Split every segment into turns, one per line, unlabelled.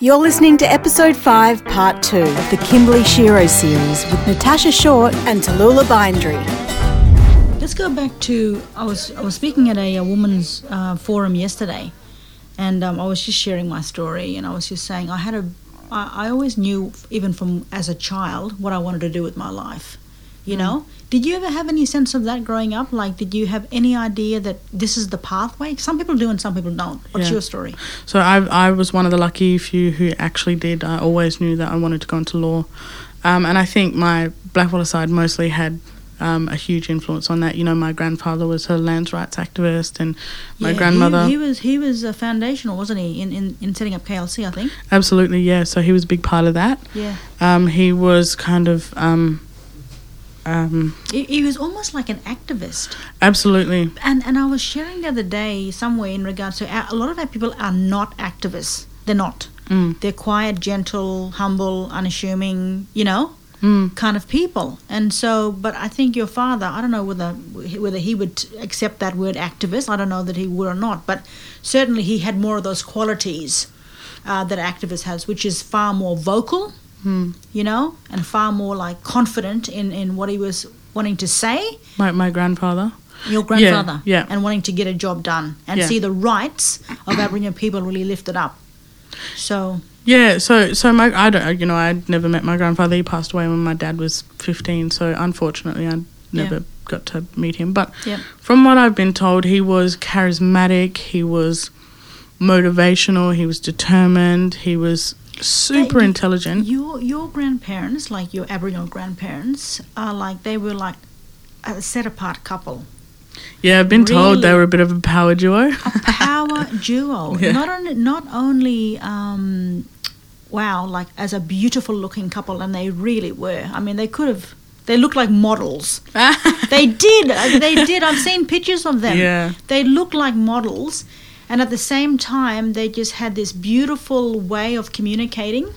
You're listening to episode 5, part 2 of the Kimberly Shiro series with Natasha Short and Tallulah Bindry.
Let's go back to I was I was speaking at a, a woman's uh, forum yesterday, and um, I was just sharing my story, and I was just saying I had a I, I always knew even from as a child what I wanted to do with my life. You
Hmm.
know, did you ever have any sense of that growing up? Like, did you have any idea that this is the pathway? Some people do and some people don't. What's
Yeah.
your story?
So I, I was one of the lucky few who actually did. I always knew that I wanted to go into law. Um, and I think my Blackwater side mostly had um, a huge influence on that. You know, my grandfather was a lands rights activist and my
Yeah, he-
grandmother.
He, was he was uh, foundational, wasn't he, in, in in setting up KLC? I think.
absolutely, yeah. So he was a big part of that.
Yeah.
Um, he was kind of. Um, um,
He, he was almost like an activist.
absolutely.
And and I was sharing the other day somewhere in regards to our, a lot of our people are not activists. They're not.
Mm.
They're quiet, gentle, humble, unassuming. You know,
Mm.
kind of people. And so, but I think your father. I don't know whether whether he would accept that word activist. I don't know that he would or not. But certainly he had more of those qualities uh, that an activist has, which is far more vocal.
Mm.
You know, and far more like confident in in what he was wanting to say.
My, my grandfather.
Your grandfather.
yeah.
And wanting to get a job done and
Yeah.
see the rights of Aboriginal people really lifted up. So,
Yeah, so so my I don't you know I'd never met my grandfather. He passed away when my dad was fifteen. So unfortunately, I never
Yeah.
got to meet him. But
Yep.
from what I've been told, he was charismatic. He was motivational. He was determined. He was super
Hey, you-
intelligent.
your your grandparents, like your Aboriginal grandparents, are like they were like a set apart couple,
yeah, I've been told they
Really?
were a bit of a power duo.
a power duo.
Yeah.
Not only not only um, wow, like as a beautiful looking couple, and they really were. I mean, they could have. They looked like models. they did. uh, They did. I've seen pictures of them.
Yeah.
They looked like models, and at the same time, they just had this beautiful way of communicating,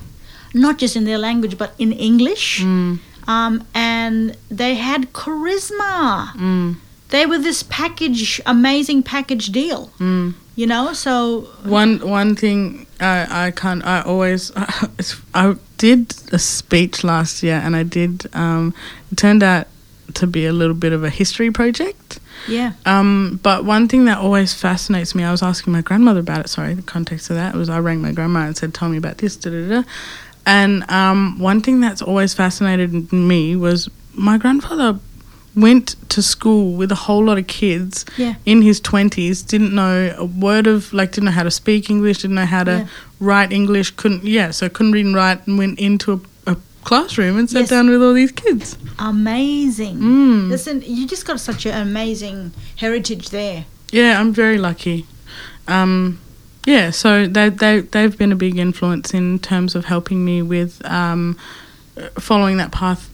not just in their language but in English.
Mm.
Um, and they had charisma.
Mm.
They were this package, amazing package deal.
Mm.
You know, so
One one thing I, I can't I always I did a speech last year and I did um, it turned out to be a little bit of a history project.
yeah,
Um, but one thing that always fascinates me, I was asking my grandmother about it. Sorry, the context of that was I rang my grandma and said, "Tell me about this." Da da da. And um, one thing that's always fascinated me was my grandfather went to school with a whole lot of kids
Yeah.
in his twenties, didn't know a word of like, didn't know how to speak English, didn't know how to
Yeah.
write English, couldn't yeah, so couldn't read and write, and went into a, a classroom and sat
Yes.
down with all these kids.
amazing.
Mm.
Listen, you just got such an amazing heritage there.
Yeah, I'm very lucky. Um, yeah, so they they they've been a big influence in terms of helping me with um, uh, following that path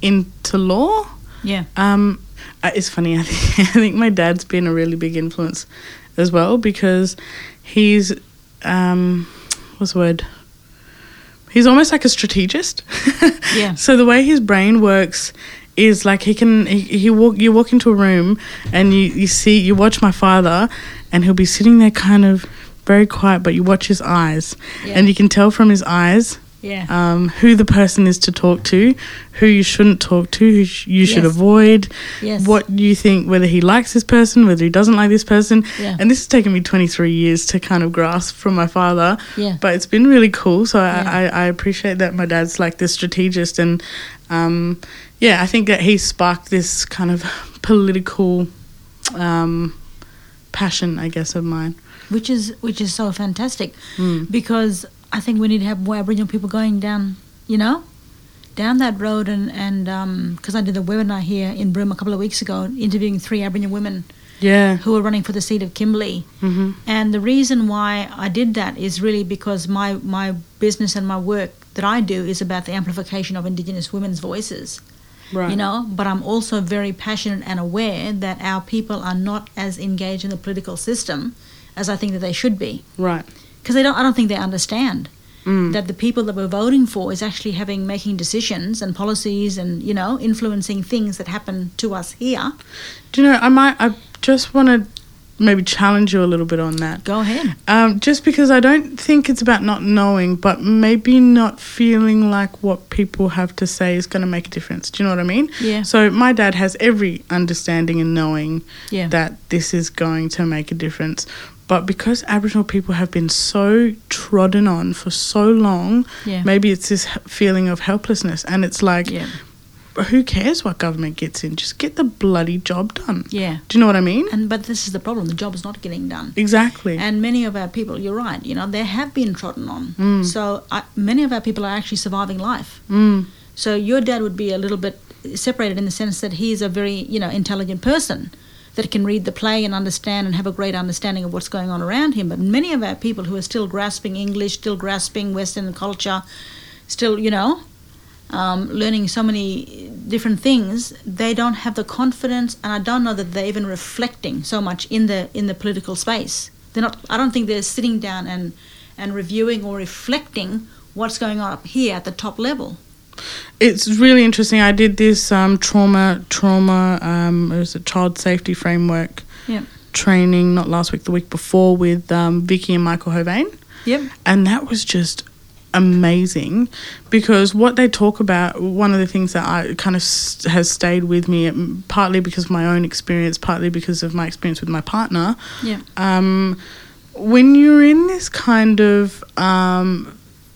into law.
Yeah.
Um, uh, it's funny. I think, I think my dad's been a really big influence as well because he's um, what's the word? He's almost like a strategist.
Yeah.
So the way his brain works is like he can he, he walk you walk into a room and you you see you watch my father and he'll be sitting there kind of very quiet but you watch his eyes
Yeah.
and you can tell from his eyes
Yeah.
um, who the person is to talk to, who you shouldn't talk to, who sh- you should
Yes.
avoid,
Yes.
what you think, whether he likes this person, whether he doesn't like this person.
Yeah.
And this has taken me 23 years to kind of grasp from my father.
Yeah.
But it's been really cool. So I,
Yeah.
I, I appreciate that my dad's like this strategist. And um, yeah, I think that he sparked this kind of political um, passion, I guess, of mine.
which is which is so fantastic because I think we need to have more Aboriginal people going down, you know, down that road and and because I did a webinar here in Broome a couple of weeks ago, interviewing three Aboriginal women
Yeah.
who were running for the seat of Kimberley, mm-hmm. and the reason why I did that is really because my my business and my work that I do is about the amplification of Indigenous women's voices
Right.
you know but i'm also very passionate and aware that our people are not as engaged in the political system as i think that they should be
Right.
because they don't i don't think they understand that the people that we're voting for is actually having making decisions and policies and you know influencing things that happen to us here
Do you know? I might. I just want to maybe challenge you a little bit on that.
Go ahead.
Um, just because I don't think it's about not knowing, but maybe not feeling like what people have to say is going to make a difference. Do you know what I mean?
Yeah.
So my dad has every understanding and knowing
Yeah.
that this is going to make a difference. But because Aboriginal people have been so trodden on for so long,
Yeah.
maybe it's this h- feeling of helplessness. And it's like,
Yeah.
who cares what government gets in? Just get the bloody job done.
Yeah.
Do you know what I mean?
And but this is the problem. The job's not getting done.
Exactly.
And many of our people, you're right, you know, they have been trodden on. So I, many of our people are actually surviving life.
Mm.
So your dad would be a little bit separated in the sense that he is a very, you know, intelligent person that can read the play and understand and have a great understanding of what's going on around him. But many of our people who are still grasping English, still grasping Western culture, still, you know, um, learning so many different things, they don't have the confidence, and I don't know that they're even reflecting so much in the in the political space. They're not. I don't think they're sitting down and and reviewing or reflecting what's going on up here at the top level.
it's really interesting. I did this um, trauma trauma um, it was a child safety framework
Yeah.
training not last week the week before with um, Vicky and Michael Hovain.
Yep.
And that was just amazing because what they talk about one of the things that I kind of s has stayed with me m- partly because of my own experience partly because of my experience with my partner
Yeah.
um, when you're in this kind of um,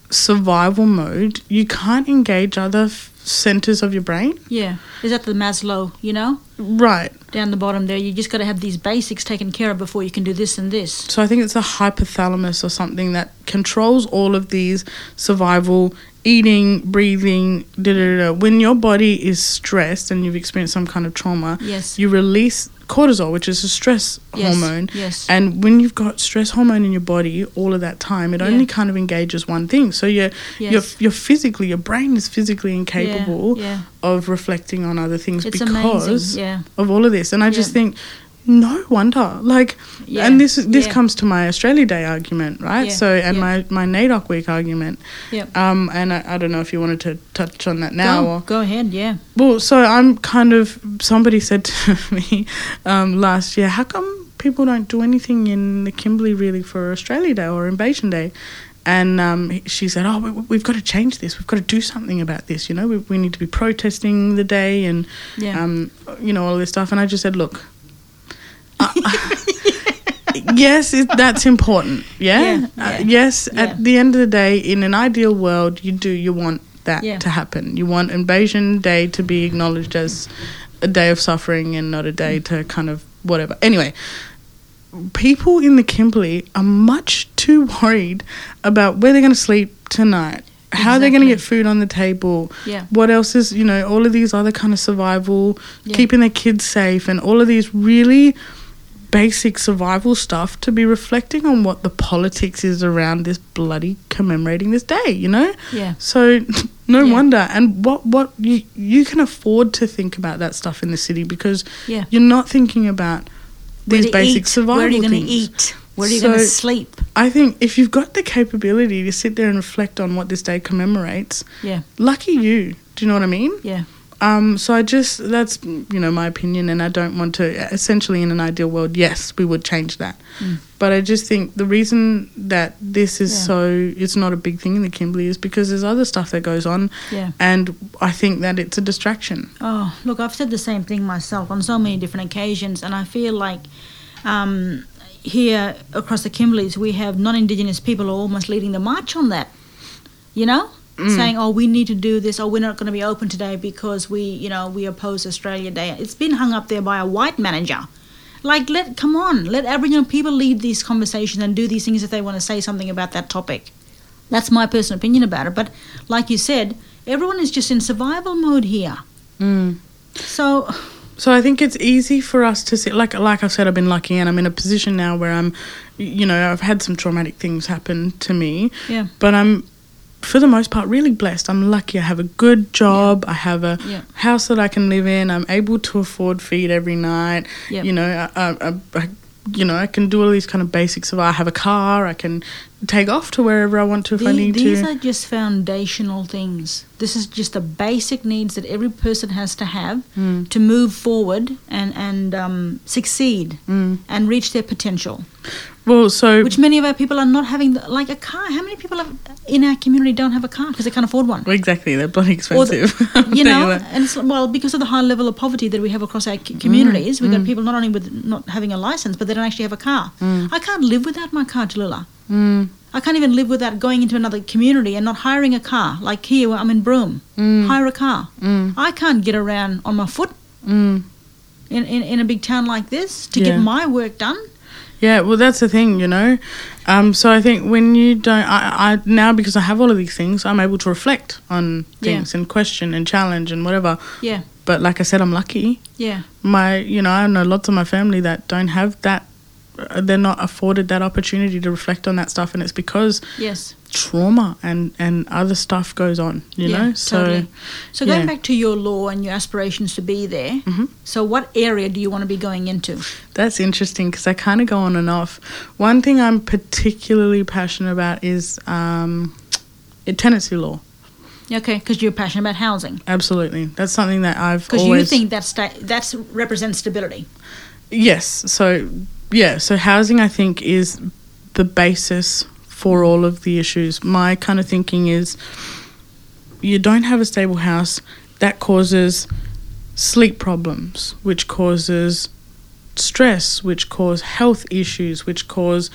survival mode, you can't engage other f- centers of your brain.
Yeah. Is that the Maslow? You know,
Right.
down the bottom there, you just got to have these basics taken care of before you can do this and this.
So I think it's the hypothalamus or something that controls all of these survival, eating, breathing, da da da. When your body is stressed and you've experienced some kind of trauma,
Yes.
you release cortisol, which is a stress
Yes,
hormone.
yes.
And when you've got stress hormone in your body all of that time, it
Yeah.
only kind of engages one thing. So you're you're,
Yes.
you're physically, your brain is physically incapable
yeah.
of reflecting on other things
It's
because
amazing. Yeah.
of all of this. And I just
Yeah.
think, no wonder. Like,
Yeah,
and this is- this
yeah.
comes to my Australia Day argument, right?
Yeah,
So, and
yeah.
my my NAIDOC week argument.
Yeah.
Um, and I, I don't know if you wanted to touch on that now.
go,
Or,
go ahead. Yeah.
well, so I'm kind of somebody said to me um, last year, how come people don't do anything in the Kimberley really for Australia Day or Invasion Day? And um, he- she said, "Oh, we, we've got to change this. We've got to do something about this. You know, we, we need to be protesting the day and
Yeah.
um, you know all this stuff." And I just said, "Look, yes, it, that's important. Yeah.
Yeah,
Uh,
yeah,
yes,
yeah.
at the end of the day, in an ideal world, you do you want that
Yeah.
to happen. You want Invasion Day to be acknowledged as a day of suffering and not a day to kind of whatever. Anyway, people in the Kimberley are much too worried about where they're going to sleep tonight. How they're going to
Exactly.
get food on the table.
Yeah.
What else is, you know, all of these other kind of survival,
Yeah.
keeping their kids safe, and all of these really basic survival stuff to be reflecting on what the politics is around this bloody commemorating this day, you know?
Yeah.
So no
Yeah.
wonder. And what what you you can afford to think about that stuff in the city because
Yeah.
you're not thinking about
Where
these
to
basic
eat,
survival
Where are you gonna
things.
eat? Where are you going to
So-
sleep?
I think if you've got the capability to sit there and reflect on what this day commemorates,
Yeah.
lucky you. Do you know what I mean?
Yeah.
Um, so I just that's you know my opinion, and I don't want to. Essentially, in an ideal world, yes, we would change that, but I just think the reason that this is
Mm. Yeah.
so it's not a big thing in the Kimberley is because there's other stuff that goes on,
Yeah.
and I think that it's a distraction.
Oh, look, I've said the same thing myself on so many different occasions, and I feel like um, here across the Kimberleys, we have non Indigenous people are almost leading the march on that, you know? Saying, oh, we need to do this, or we're not going to be open today because we, you know, we oppose Australia Day. It's been hung up there by a white manager. Like, let, come on, let Aboriginal people lead these conversations and do these things if they want to say something about that topic. That's my personal opinion about it. But like you said, everyone is just in survival mode here. So,
So I think it's easy for us to sit like like I've said I've been lucky and I'm in a position now where I'm you know I've had some traumatic things happen to me.
Yeah.
But I'm for the most part really blessed. I'm lucky I have a good job, I have a
Yeah.
house that I can live in, I'm able to afford feed every night.
Yeah.
You know, I, I, I, I you know, I can do all these kind of basics of I have a car, I can take off to wherever I want to if I
The-
need
these
to.
are just foundational things. This is just the basic needs that every person has to have
Hmm.
to move forward and and um, succeed
Hmm.
and reach their potential.
well, so
Which many of our people are not having, the, like a car. How many people have, in our community don't have a car because they can't afford one?
exactly, they're bloody
Or the-
expensive. I'll
you
tell
know,
that.
and it's, well, because of the high level of poverty that we have across our c- communities, we've got
Mm.
people not only with not having a license, but they don't actually have a car. I can't live without my car, Jalula.
Mm.
I can't even live without going into another community and not hiring a car. Like here, where I'm in Broome, hire a car. I can't get around on my foot
Mm.
in, in, in a big town like this to get
Yeah.
my work done.
Yeah, well, that's the thing, you know. Um, so I think when you don't, I, I now because I have all of these things, I'm able to reflect on
Yeah.
things and question and challenge and whatever.
Yeah,
But like I said, I'm lucky.
yeah,
My, you know, I know lots of my family that don't have that. uh, They're not afforded that opportunity to reflect on that stuff, and it's because
yes.
trauma and and other stuff goes on, you know. So
totally. so going
yeah. Mm-hmm.
back to your law and your aspirations to be there. So, what area do you want to be going into?
That's interesting because I kind of go on and off. One thing I'm particularly passionate about is um, tenancy law.
Okay, because you're passionate about housing.
Absolutely, that's something that I've
Because
always.
you think that sta- that's represents stability.
yes, so yeah, so housing I think is the basis for all of the issues. My kind of thinking is, you don't have a stable house that causes sleep problems, which causes stress, which cause health issues, which cause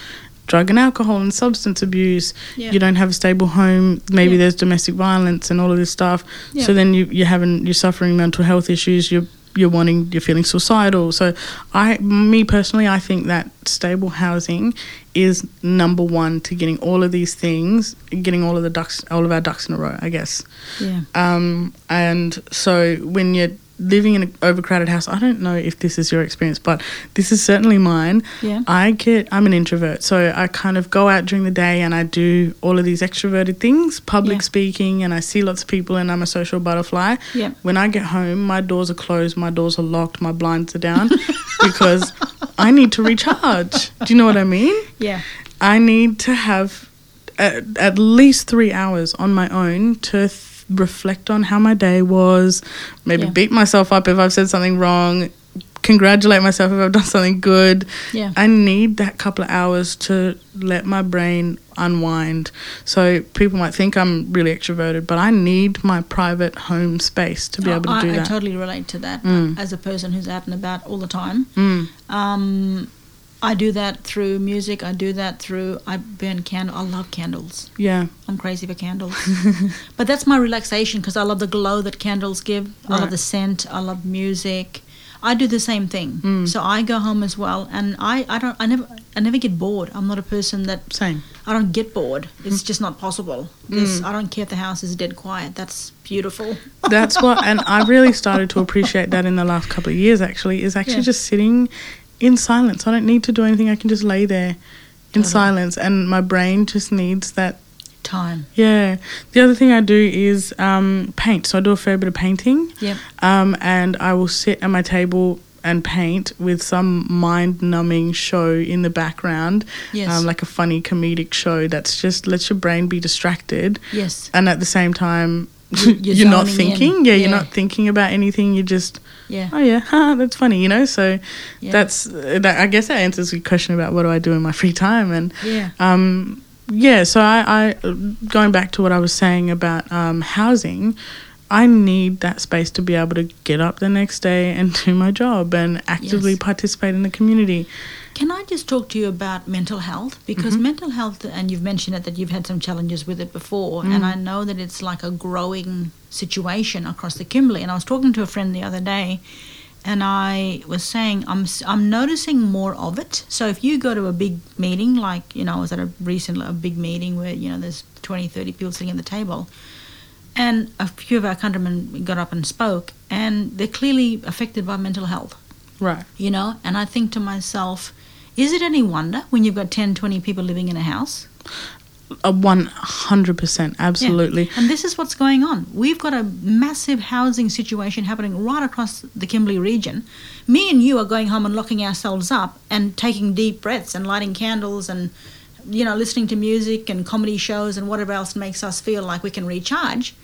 drug and alcohol and substance abuse.
Yeah.
You don't have a stable home. Maybe
Yeah.
there's domestic violence and all of this stuff.
Yeah.
So then you you're having you're suffering mental health issues. You're you're wanting you're feeling suicidal. So I me personally, I think that stable housing is number one to getting all of these things, getting all of the ducks, all of our ducks in a row. I guess.
Yeah.
Um, and so when you're living in an overcrowded house, I don't know if this is your experience, but this is certainly mine.
Yeah.
I get, I'm an introvert, so I kind of go out during the day and I do all of these extroverted things, public
Yeah.
speaking, and I see lots of people, and I'm a social butterfly.
Yeah.
When I get home, my doors are closed, my doors are locked, my blinds are down because I need to recharge. Do you know what I mean?
Yeah.
I need to have at, at least three hours on my own to th- reflect on how my day was, maybe
Yeah.
beat myself up if I've said something wrong, congratulate myself if I've done something good.
Yeah.
I need that couple of hours to let my brain unwind. So people might think I'm really extroverted, but I need my private home space to be able to
Oh, I,
do
I
that.
totally relate to that
Mm.
as a person who's out and about all the time.
Mm.
Um, I do that through music. I do that through I burn candle. I love candles.
yeah.
I'm crazy for candles, but that's my relaxation because I love the glow that candles give. I
Right.
love the scent. I love music. I do the same thing. So I go home as well, and I, I don't I never I never get bored. I'm not a person that
Same.
I don't get bored. It's just not possible. This, I don't care if the house is dead quiet. That's beautiful.
That's what, and I really started to appreciate that in the last couple of years. Actually, is actually
Yeah.
just sitting in silence. I don't need to do anything. I can just lay there in
Totally.
silence, and my brain just needs that.
Time.
Yeah. The other thing I do is um, paint. So I do a fair bit of painting.
Yep.
Um, and I will sit at my table and paint with some mind-numbing show in the background,
Yes.
um, like a funny comedic show that's just lets your brain be distracted
Yes.
and at the same time
You-
you're,
you're
not
zoning in.
thinking yeah,
Yeah.
you're not thinking about anything you're just
Yeah.
oh yeah ha, that's funny you know so
Yeah.
that's uh, that i guess that answers your question about what do i do in my free time and
Yeah.
um yeah so i i going back to what i was saying about um housing I need that space to be able to get up the next day and do my job and actively
Yes.
participate in the community.
Can I just talk to you about mental health? Because mental health, and you've mentioned it, that you've had some challenges with it before, and I know that it's like a growing situation across the Kimberley. And I was talking to a friend the other day, and I was saying I'm s- I'm noticing more of it. So if you go to a big meeting, like you know, I was at a recent a big meeting where you know there's 20, 30 people sitting at the table, and a few of our countrymen got up and spoke, and they're clearly affected by mental health
Right.
you know and i think to myself is it any wonder when you've got 10 20 people living in a house
one hundred percent, absolutely.
And this is what's going on. We've got a massive housing situation happening right across the Kimberley region. Me and you are going home and locking ourselves up and taking deep breaths and lighting candles and you know listening to music and comedy shows and whatever else makes us feel like we can recharge.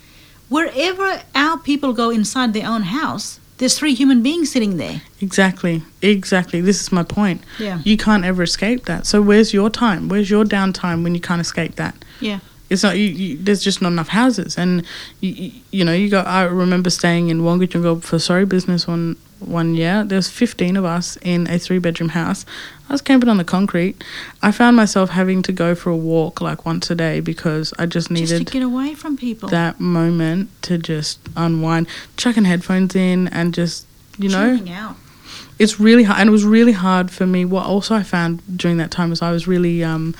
Wherever our people go inside their own house, there's three human beings sitting there.
Exactly, exactly. This is my point.
Yeah.
You can't ever escape that. So where's your time? Where's your downtime when you can't escape that?
Yeah.
It's not you, you, there's just not enough houses, and you, you, you know you got. I remember staying in Wangajungo for sorry business one one year. There was fifteen of us in a three bedroom house. I was camping on the concrete. I found myself having to go for a walk like once a day because I just
Just to
needed
get away from people.
that moment to just unwind, chucking headphones in, and just you know
Tuning out.
it's really hard, and it was really hard for me. What also I found during that time was I was really, um,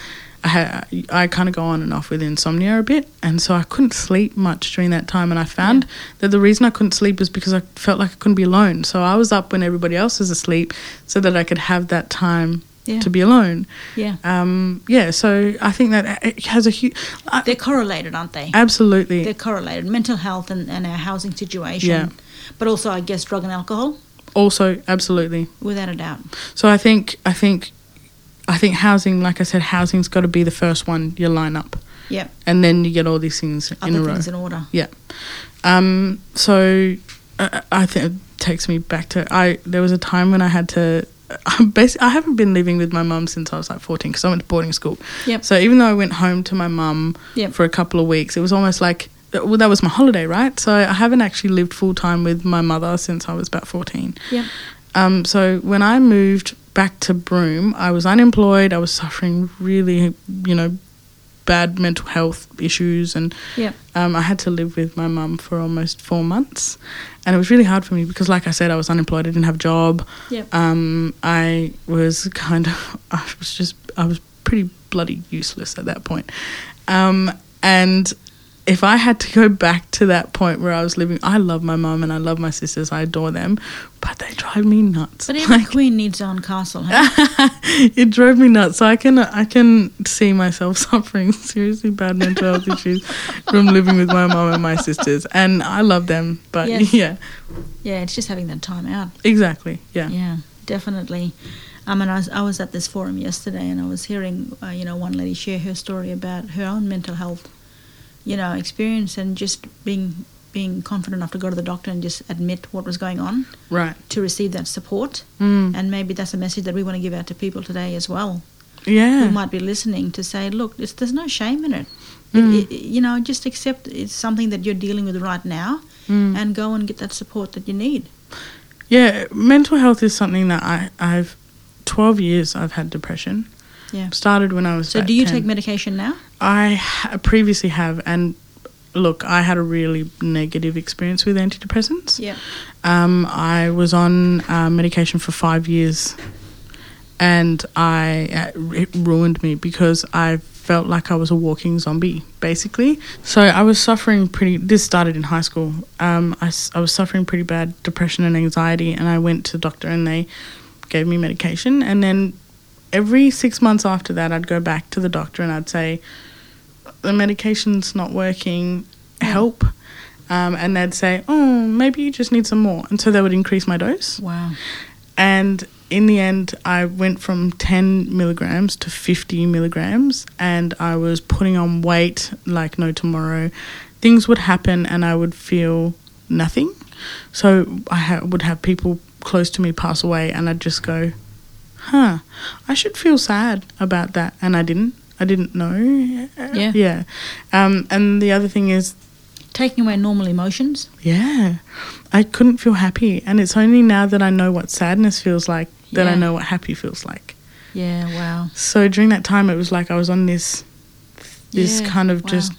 I, had, I kind of go on and off with insomnia a bit, and so I couldn't sleep much during that time. And I found that the reason I couldn't sleep is because I felt like I couldn't be alone. So I was up when everybody else was asleep, so that I could have that time
Yeah.
to be alone.
Yeah.
Um, yeah. So I think that uh, it has a huge,
They're correlated, aren't they?
absolutely.
They're correlated. Mental health and, and our housing situation.
Yeah.
But also, I guess, drug and alcohol,
also, absolutely.
without a doubt.
So I think I think I think housing, like I said, housing's got to be the first one you line up.
Yep.
And then you get all these things in
Other
a row.
things in order.
yeah. Um. So I, I think it takes me back to I. There was a time when I had to. I'm basically, I haven't been living with my mum since I was like 14 because I went to boarding school.
Yep.
So even though I went home to my mum
Yep.
for a couple of weeks, it was almost like uh, well, that was my holiday, right? So I haven't actually lived full time with my mother since I was about 14.
Yep.
Um, so when I moved back to Broome, I was unemployed. I was suffering really, you know, bad mental health issues, and
Yep.
um, I had to live with my mum for almost four months, and it was really hard for me because, like I said, I was unemployed. I didn't have a job.
Yep.
Um, I was kind of, I was just, I was pretty bloody useless at that point. Um, and if I had to go back to that point where I was living, I love my mum and I love my sisters, I adore them, but they drive me nuts.
But every queen needs her own castle.
Ah.
Hey?
it drove me nuts. So I can, I can see myself suffering seriously bad mental health issues from living with my mum and my sisters, and I love them, but
Yes.
yeah,
yeah, it's just having that time out.
exactly, yeah.
Yeah, definitely. I mean, I was, I was at this forum yesterday and I was hearing, uh, you know, one lady share her story about her own mental health, you know, experience and just being being confident enough to go to the doctor and just admit what was going on
right,
to receive that support.
Mm.
And maybe that's a message that we want to give out to people today as well
yeah.
who might be listening to say, look, it's, there's no shame in it. It- it- You know, just accept it's something that you're dealing with right now and go and get that support that you need.
Yeah, mental health is something that I, I've, 12 years I've had depression.
Yeah.
Started when I was.
So,
about
do you
10.
take medication now?
I ha- previously have, and look, I had a really negative experience with antidepressants.
Yeah.
Um, I was on uh, medication for five years, and I uh, it ruined me because I felt like I was a walking zombie, basically. So I was suffering pretty. This started in high school. Um, I, s- I was suffering pretty bad depression and anxiety, and I went to the doctor, and they gave me medication. And then every six months after that, I'd go back to the doctor, and I'd say, "The medication's not working. Help." Um, and they'd say, "Oh, maybe you just need some more," and so they would increase my dose.
Wow.
And in the end, I went from 10 milligrams to 50 milligrams, and I was putting on weight like no tomorrow. Things would happen, and I would feel nothing. So I ha- would have people close to me pass away, and I'd just go, huh, I should feel sad about that. And I didn't. I didn't know.
Yeah.
Yeah. Um, and the other thing is,
Taking away normal emotions.
yeah. I couldn't feel happy. And it's only now that I know what sadness feels like that I
Yeah.
know what happy feels like.
Yeah, wow.
So during that time, it was like I was on this, this
Yeah,
kind of
wow.
just,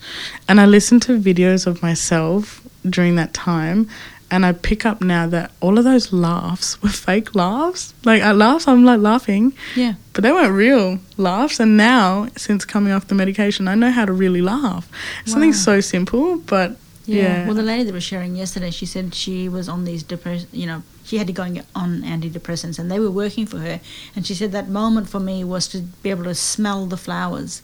and I listened to videos of myself during that time. And I pick up now that all of those laughs were fake laughs. Like I laugh, I'm like laughing,
Yeah.
but they weren't real laughs. And now, since coming off the medication, I know how to really laugh. Something so simple, but yeah,
Well, the lady that was sharing yesterday, she said she was on these depress, you know, she had to go and get on antidepressants, and they were working for her. And she said that moment for me was to be able to smell the flowers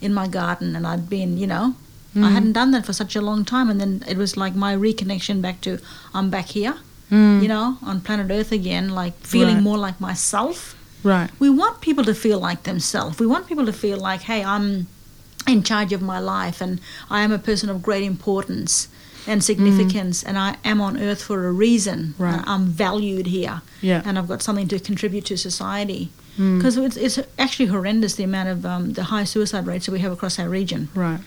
in my garden, and I'd been, you know,
Mm.
I hadn't done that for such a long time, and then it was like my reconnection back to I'm back here, you know, on planet Earth again, like feeling
Mm. Right.
more like myself.
Right.
We want people to feel like themselves. We want people to feel like, hey, I'm in charge of my life and I am a person of great importance and significance and I am on earth for a reason.
Right.
And I'm valued here
Yeah.
and I've got something to contribute to society. Because it's, it's actually horrendous the amount of um, the high suicide rates that we have across our region.
Right.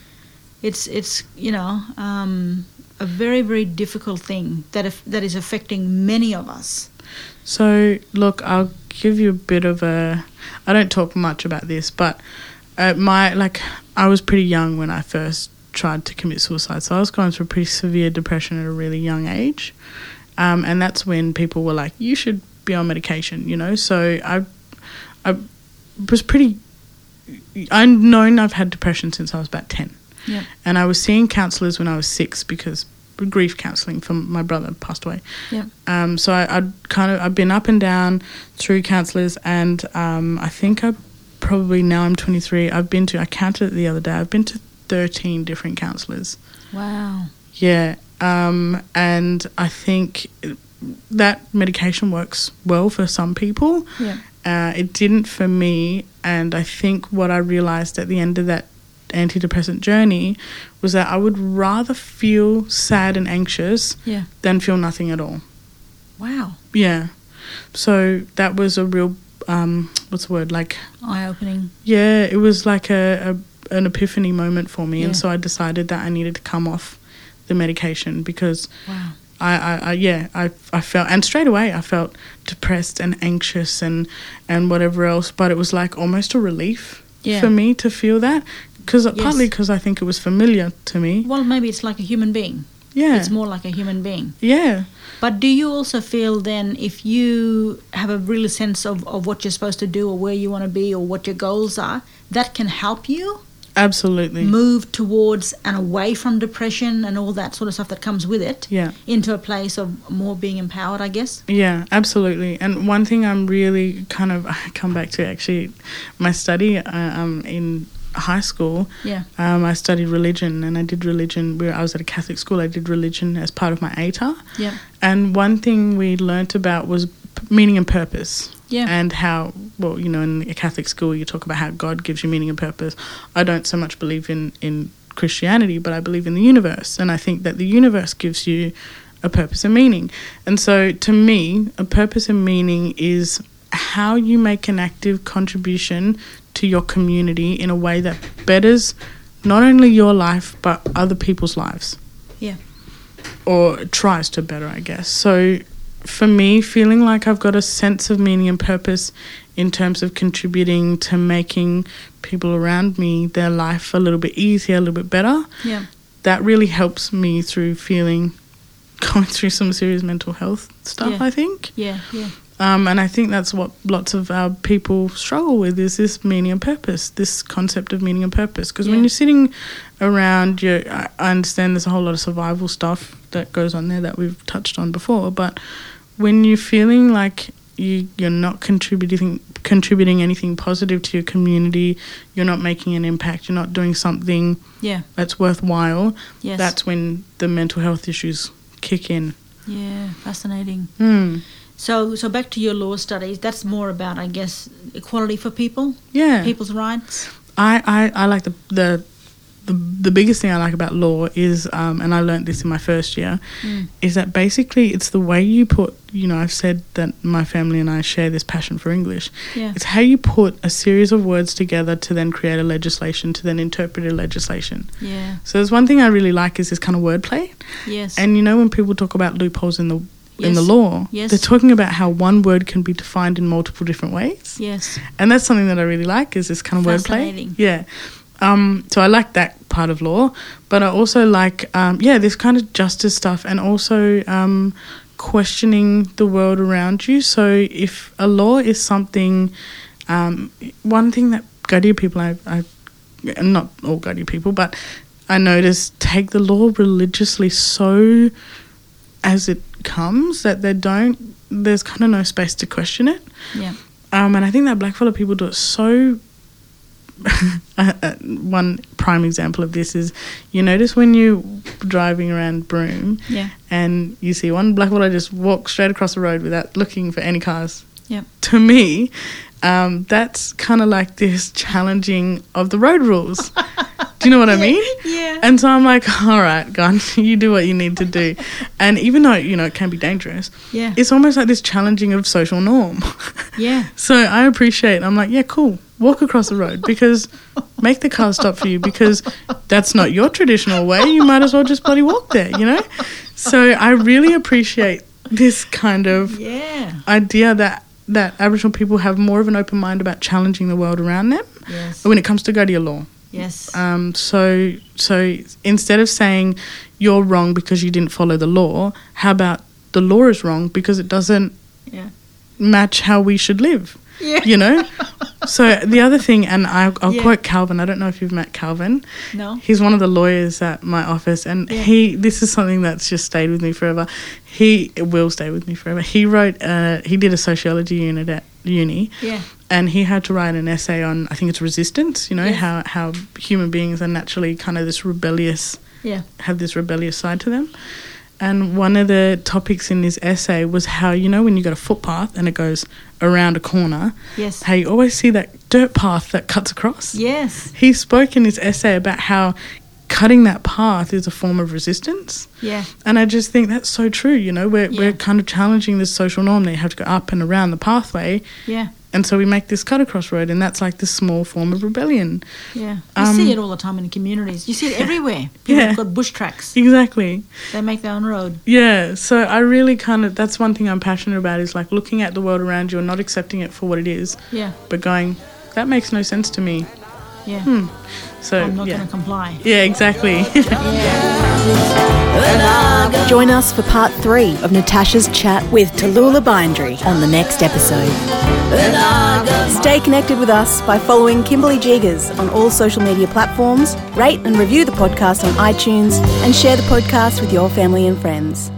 It's, it's you know, um, a very, very difficult thing that, if, that is affecting many of us.
So, look, I'll give you a bit of a. I don't talk much about this, but uh, my like, I was pretty young when I first tried to commit suicide, so I was going through a pretty severe depression at a really young age, um, and that's when people were like, "You should be on medication," you know. So I, I was pretty. I've known I've had depression since I was about ten
Yeah.
and I was seeing counselors when I was six because grief counseling from my brother passed away.
Yeah.
Um, so I, I'd kind of I've been up and down through counselors, and um, I think I probably now I'm 23. I've been to I counted it the other day. I've been to 13 different counselors.
Wow.
Yeah. Um, and I think that medication works well for some people.
Yeah.
Uh, it didn't for me. And I think what I realized at the end of that antidepressant journey was that I would rather feel sad and anxious
Yeah.
than feel nothing at all.
Wow.
Yeah. So that was a real, um, what's the word? Like,
Eye opening.
yeah, it was like a, a an epiphany moment for me. And
Yeah.
so I decided that I needed to come off the medication because
Wow.
I, I, I yeah, I, I felt, and straight away I felt depressed and anxious and, and whatever else. But it was like almost a relief
Yeah.
for me to feel that, because partly
Yes.
because I think it was familiar to me.
Well, maybe it's like a human being.
Yeah,
It's more like a human being.
yeah,
But do you also feel then if you have a real sense of, of what you're supposed to do or where you want to be or what your goals are, that can help you
absolutely,
move towards and away from depression and all that sort of stuff that comes with it
yeah.
into a place of more being empowered, I guess?
Yeah, absolutely. And one thing I'm really kind of I come back to actually my study uh, um, in high school.
Yeah.
Um, I studied religion, and I did religion. Where I was at a Catholic school, I did religion as part of my ATAR.
Yeah.
And one thing we learnt about was p- meaning and purpose.
Yeah.
And how well you know in a Catholic school you talk about how God gives you meaning and purpose. I don't so much believe in in Christianity, but I believe in the universe, and I think that the universe gives you a purpose and meaning. And so to me, a purpose and meaning is how you make an active contribution to your community in a way that betters not only your life but other people's lives
Yeah.
or tries to better, I guess. So for me, feeling like I've got a sense of meaning and purpose in terms of contributing to making people around me their life a little bit easier, a little bit better,
Yeah.
that really helps me through feeling going through some serious mental health stuff,
Yeah.
I think.
Yeah. Yeah.
Um, and I think that's what lots of our people struggle with is this meaning and purpose, this concept of meaning and purpose. Because when
Yeah.
you're sitting around, you I I understand there's a whole lot of survival stuff that goes on there that we've touched on before. But when you're feeling like you you're not contributing contributing anything positive to your community, you're not making an impact, you're not doing something
Yeah.
that's worthwhile.
Yes.
That's when the mental health issues kick in.
yeah. Fascinating.
Mm.
So, so back to your law studies. That's more about, I guess, equality for people,
Yeah.
people's rights.
I, I, I like the, the the the biggest thing I like about law is, um, and I learnt this in my first year,
Mm.
is that basically it's the way you put. You know, I've said that my family and I share this passion for English.
Yeah.
It's how you put a series of words together to then create a legislation, to then interpret a legislation.
Yeah.
So there's one thing I really like is this kind of wordplay.
Yes.
And you know when people talk about loopholes in the in the
Yes.
law,
Yes.
they're talking about how one word can be defined in multiple different ways
yes.
and that's something that I really like is this kind of wordplay.
Fascinating.
Yeah. Um, so I like that part of law, but I also like um, yeah this kind of justice stuff and also um, questioning the world around you. So if a law is something, um, one thing that Gaudi people I, I not all Gaudi people, but I notice take the law religiously so as it comes that they don't. There's kind of no space to question it.
Yeah.
Um, and I think that blackfellow people do it so one prime example of this is you notice when you're driving around Broome
Yeah.
and you see one black Widow just walk straight across the road without looking for any cars.
Yep.
To me, um, that's kind of like this challenging of the road rules. do you know what I mean?
yeah.
And so I'm like, all right, God, you do what you need to do. And even though, you know, it can be dangerous,
Yeah.
it's almost like this challenging of social norm.
Yeah.
So I appreciate. I'm like, yeah, cool. Walk across the road because make the car stop for you because that's not your traditional way. You might as well just bloody walk there, you know. So I really appreciate this kind of
yeah.
idea that that Aboriginal people have more of an open mind about challenging the world around them
Yes.
when it comes to go to your law.
Yes.
Um, so so instead of saying you're wrong because you didn't follow the law, how about the law is wrong because it doesn't
yeah.
match how we should live.
Yeah.
You know? so the other thing, and I, I'll
Yeah.
quote Calvin. I don't know if you've met Calvin.
No.
He's one of the lawyers at my office, and
Yeah.
he. This is something that's just stayed with me forever. He it will stay with me forever. He wrote. Uh, he did a sociology unit at uni.
Yeah.
And he had to write an essay on, I think it's resistance. You know
Yes.
how how human beings are naturally kind of this rebellious
Yeah.
have this rebellious side to them. And one of the topics in this essay was how you know when you got a footpath and it goes around a corner,
Yes.
how you always see that dirt path that cuts across.
Yes.
He spoke in his essay about how cutting that path is a form of resistance.
Yeah.
And I just think that's so true, you know, we're,
Yeah.
we're kind of challenging this social norm that you have to go up and around the pathway.
Yeah.
And so we make this cut across road, and that's like this small form of rebellion.
Yeah. You
Um,
see it all the time in the communities. You see it everywhere. People
Yeah.
have got bush tracks.
Exactly.
They make their own road.
Yeah, so I really kind of that's one thing I'm passionate about is like looking at the world around you and not accepting it for what it is,
Yeah.
but going, that makes no sense to me.
Yeah.
So
I'm not
Hmm. yeah,
going to comply.
yeah, exactly.
Join us for part three of Natasha's chat with Tallulah Bindry on the next episode. Stay connected with us by following Kimberly Jegers on all social media platforms, rate and review the podcast on iTunes, and share the podcast with your family and friends.